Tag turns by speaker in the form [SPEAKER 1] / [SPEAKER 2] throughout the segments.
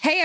[SPEAKER 1] Hey,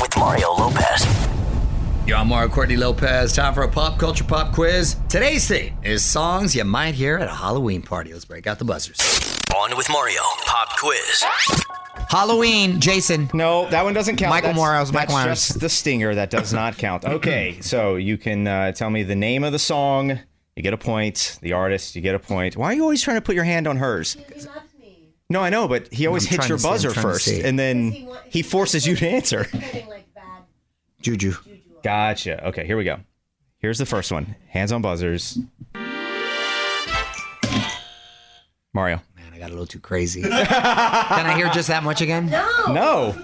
[SPEAKER 2] with Mario Lopez.
[SPEAKER 3] Yo, I'm Mario Courtney Lopez. Time for a pop culture pop quiz. Today's theme is songs you might hear at a Halloween party. Let's break out the buzzers.
[SPEAKER 2] On with Mario. Pop quiz.
[SPEAKER 4] Halloween, Jason.
[SPEAKER 5] No, that one doesn't count.
[SPEAKER 4] Michael
[SPEAKER 5] that's,
[SPEAKER 4] Moore, I was
[SPEAKER 5] that's
[SPEAKER 4] Michael Myers.
[SPEAKER 5] just the stinger that does not count. Okay, so you can uh, tell me the name of the song. You get a point. The artist, you get a point. Why are you always trying to put your hand on hers? No, I know, but he always
[SPEAKER 4] I'm
[SPEAKER 5] hits
[SPEAKER 4] trying
[SPEAKER 5] your
[SPEAKER 4] to see, I'm
[SPEAKER 5] buzzer
[SPEAKER 4] trying to
[SPEAKER 5] first,
[SPEAKER 4] see.
[SPEAKER 5] and then he forces you to answer.
[SPEAKER 4] Juju.
[SPEAKER 5] Gotcha. Okay, here we go. Here's the first one. Hands on buzzers. Mario.
[SPEAKER 3] Man, I got a little too crazy.
[SPEAKER 4] Can I hear just that much again?
[SPEAKER 5] No,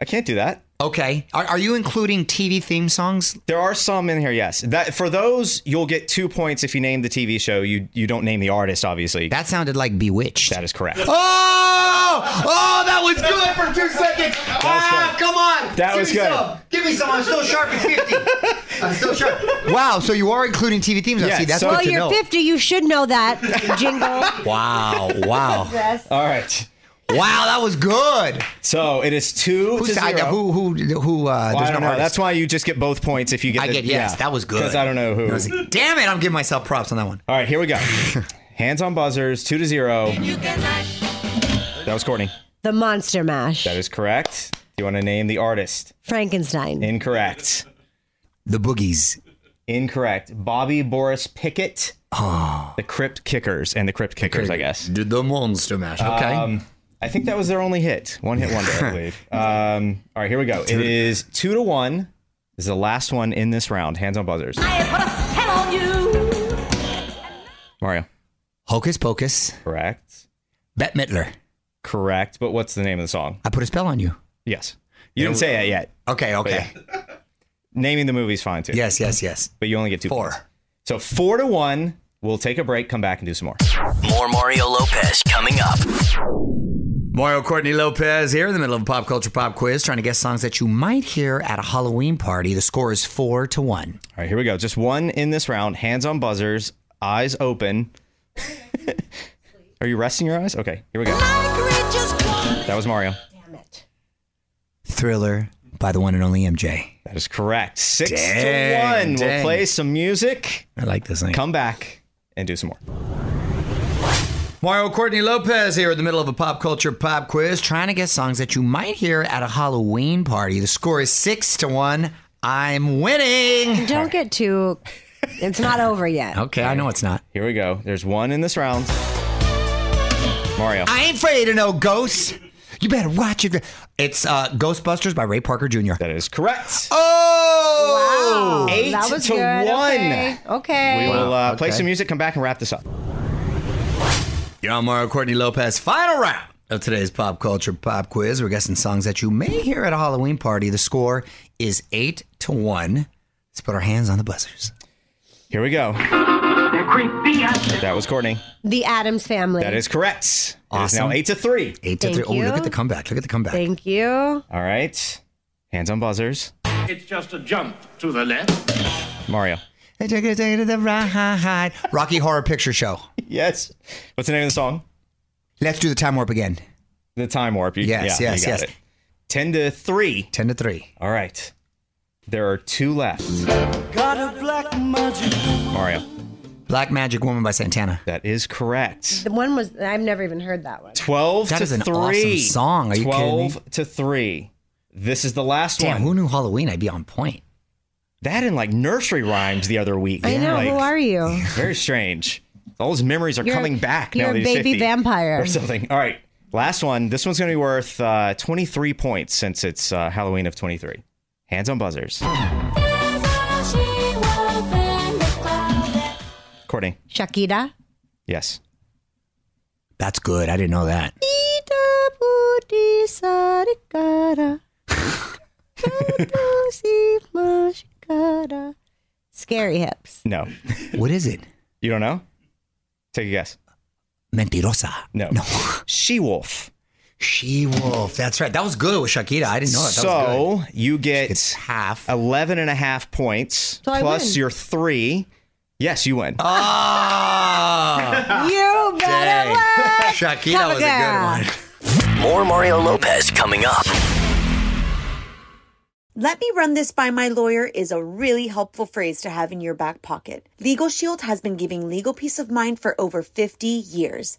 [SPEAKER 5] I can't do that.
[SPEAKER 4] Okay. Are, are you including TV theme songs?
[SPEAKER 5] There are some in here, yes. That for those, you'll get two points if you name the TV show. You you don't name the artist, obviously.
[SPEAKER 4] That sounded like Bewitched.
[SPEAKER 5] that is correct.
[SPEAKER 4] Oh! Oh, that was good for two seconds.
[SPEAKER 5] That was
[SPEAKER 4] Ah,
[SPEAKER 5] good.
[SPEAKER 4] come on.
[SPEAKER 5] That
[SPEAKER 4] Give
[SPEAKER 5] was
[SPEAKER 4] me
[SPEAKER 5] good.
[SPEAKER 4] Some. Give me some. I'm still sharp at 50. I'm still sharp. Wow, so you are including TV themes.
[SPEAKER 5] Yeah,
[SPEAKER 4] I see. That's
[SPEAKER 5] so-
[SPEAKER 4] good
[SPEAKER 6] Well,
[SPEAKER 4] to
[SPEAKER 6] you're
[SPEAKER 4] know.
[SPEAKER 6] 50. You should know that jingle.
[SPEAKER 3] wow, wow.
[SPEAKER 5] All right.
[SPEAKER 4] Wow, that was good.
[SPEAKER 5] So it is two
[SPEAKER 4] Who
[SPEAKER 5] to
[SPEAKER 4] side?
[SPEAKER 5] zero.
[SPEAKER 4] Who? Who? Who? Uh,
[SPEAKER 5] Well, I
[SPEAKER 4] there's
[SPEAKER 5] don't
[SPEAKER 4] no
[SPEAKER 5] know.
[SPEAKER 4] artist.
[SPEAKER 5] That's why you just get both points if you get.
[SPEAKER 4] I
[SPEAKER 5] the-
[SPEAKER 4] get yes.
[SPEAKER 5] yeah.
[SPEAKER 4] That was good.
[SPEAKER 5] 'Cause I don't know who.
[SPEAKER 4] That was- Damn it! I'm giving myself props on that one.
[SPEAKER 5] All right, here we go. Hands on buzzers, two to zero. That was Courtney.
[SPEAKER 6] the Monster Mash.
[SPEAKER 5] That is correct. Do you want to name the artist?
[SPEAKER 6] Frankenstein.
[SPEAKER 5] Incorrect.
[SPEAKER 4] The boogies.
[SPEAKER 5] Incorrect. Bobby Boris Pickett.
[SPEAKER 4] Ah.
[SPEAKER 5] The Crypt Kickers and the Crypt Kickers, I guess. Um,
[SPEAKER 3] Did the monster mash.
[SPEAKER 4] Okay.
[SPEAKER 5] I think that was their only hit. One hit wonder, I believe. Um, all right, here we go. It is two to one. This is the last one in this round. Hands on buzzers. Mario.
[SPEAKER 4] Hocus Pocus.
[SPEAKER 5] Correct.
[SPEAKER 4] Bette Midler.
[SPEAKER 5] Correct. But what's the name of the song?
[SPEAKER 4] I put a spell on you.
[SPEAKER 5] Yes. You didn't say that yet.
[SPEAKER 4] Okay. Okay.
[SPEAKER 5] Naming the movie's fine too.
[SPEAKER 4] Yes. Yes. Yes.
[SPEAKER 5] But you only get two
[SPEAKER 4] Four.
[SPEAKER 5] points. So four to one. We'll take a break, come back, and do some more.
[SPEAKER 2] More Mario Lopez coming up.
[SPEAKER 3] Mario Courtney Lopez
[SPEAKER 4] Here in the middle of a pop culture pop quiz, trying to guess songs that you might hear at a Halloween party. The score is four to one.
[SPEAKER 5] All right, here we go. Just one in this round. Hands on buzzers, eyes open. Are you resting your eyes? Okay, here we go. That was Mario.
[SPEAKER 6] Damn it.
[SPEAKER 4] Thriller by the one and only MJ.
[SPEAKER 5] That is correct. Six
[SPEAKER 4] Dang,
[SPEAKER 5] to one.
[SPEAKER 4] dang.
[SPEAKER 5] We'll play some music,
[SPEAKER 4] I like this thing.
[SPEAKER 5] come back, and do some more.
[SPEAKER 3] Mario Courtney Lopez here in the middle of a
[SPEAKER 4] Pop culture pop quiz, trying to guess songs that you might hear at a Halloween party. The score is six to one. I'm winning.
[SPEAKER 6] Don't get too. It's not over yet.
[SPEAKER 4] Okay, I know it's not.
[SPEAKER 5] Here we go. There's one in this round. Mario.
[SPEAKER 4] I ain't afraid of no ghosts. You better watch it. It's uh, Ghostbusters by Ray Parker Jr.
[SPEAKER 5] That is correct.
[SPEAKER 4] Oh!
[SPEAKER 5] Eight
[SPEAKER 6] that was
[SPEAKER 5] to
[SPEAKER 6] good.
[SPEAKER 5] one.
[SPEAKER 6] Okay. okay.
[SPEAKER 5] We will uh, play
[SPEAKER 4] Okay.
[SPEAKER 5] some music, come back, and wrap this up.
[SPEAKER 4] You're on Mario Courtney Lopez. Final round of today's pop culture pop quiz. We're guessing songs that you may hear at a Halloween party. The score is eight to one. Let's put our hands on the buzzers.
[SPEAKER 5] Here we go. That was Courtney.
[SPEAKER 6] the Adams family.
[SPEAKER 5] That is correct. It is
[SPEAKER 4] Awesome.
[SPEAKER 5] now eight to three.
[SPEAKER 4] Eight to
[SPEAKER 6] Thank
[SPEAKER 4] three. Oh, look
[SPEAKER 6] you.
[SPEAKER 4] at the comeback. Look at the comeback.
[SPEAKER 6] Thank you.
[SPEAKER 5] All right. Hands on buzzers.
[SPEAKER 7] It's just a jump to the left.
[SPEAKER 5] Mario.
[SPEAKER 4] They took it to the right. Rocky Horror Picture Show.
[SPEAKER 5] Yes. What's the name of the song?
[SPEAKER 4] Let's do the time warp again.
[SPEAKER 5] The Time Warp. You-
[SPEAKER 4] Yes,
[SPEAKER 5] yeah,
[SPEAKER 4] yes,
[SPEAKER 5] you got
[SPEAKER 4] yes.
[SPEAKER 5] it. 10 to 3.
[SPEAKER 4] 10 to 3.
[SPEAKER 5] All right. There are two left. Mario.
[SPEAKER 4] Black Magic Woman by Santana.
[SPEAKER 5] That is correct.
[SPEAKER 6] The one was I've never even heard that one.
[SPEAKER 5] 12
[SPEAKER 4] That
[SPEAKER 5] to
[SPEAKER 4] is an
[SPEAKER 5] 3.
[SPEAKER 4] awesome song. Are you
[SPEAKER 5] 12
[SPEAKER 4] kidding me?
[SPEAKER 5] to 3. This is the last
[SPEAKER 4] Damn,
[SPEAKER 5] one.
[SPEAKER 4] who knew Halloween? I'd be on point.
[SPEAKER 5] that in like nursery rhymes the other week.
[SPEAKER 6] I know.
[SPEAKER 5] Like,
[SPEAKER 6] Who are you?
[SPEAKER 5] Very strange. All those memories are
[SPEAKER 6] You're-
[SPEAKER 5] coming back
[SPEAKER 6] You're
[SPEAKER 5] now
[SPEAKER 6] a
[SPEAKER 5] that he's
[SPEAKER 6] baby
[SPEAKER 5] 50
[SPEAKER 6] vampire.
[SPEAKER 5] or something. All right. Last one. This one's going to be worth uh, 23 points since it's uh, Halloween of 23. Hands on buzzers. Courtney.
[SPEAKER 6] Shakira.
[SPEAKER 5] Yes.
[SPEAKER 4] That's good. I didn't know that.
[SPEAKER 6] Scary hips.
[SPEAKER 5] No.
[SPEAKER 4] What is it?
[SPEAKER 5] You don't know? Take a guess.
[SPEAKER 4] Mentirosa.
[SPEAKER 5] No.
[SPEAKER 4] No.
[SPEAKER 5] She wolf.
[SPEAKER 4] She Wolf. That's right. That was good with Shakira. I didn't know that. that was
[SPEAKER 5] so you
[SPEAKER 4] good. it's
[SPEAKER 5] get
[SPEAKER 4] half.
[SPEAKER 5] 11 and a half points
[SPEAKER 6] So I
[SPEAKER 5] plus
[SPEAKER 6] win.
[SPEAKER 5] your three. Yes, you win.
[SPEAKER 4] Oh,
[SPEAKER 5] Ah,
[SPEAKER 6] You better
[SPEAKER 4] dang.
[SPEAKER 6] work.
[SPEAKER 4] Shakira was a good one.
[SPEAKER 2] More Mario Lopez coming up.
[SPEAKER 8] Let me run this by my lawyer is a really helpful phrase to have in your back pocket. Legal Shield has been giving legal peace of mind for over 50 years.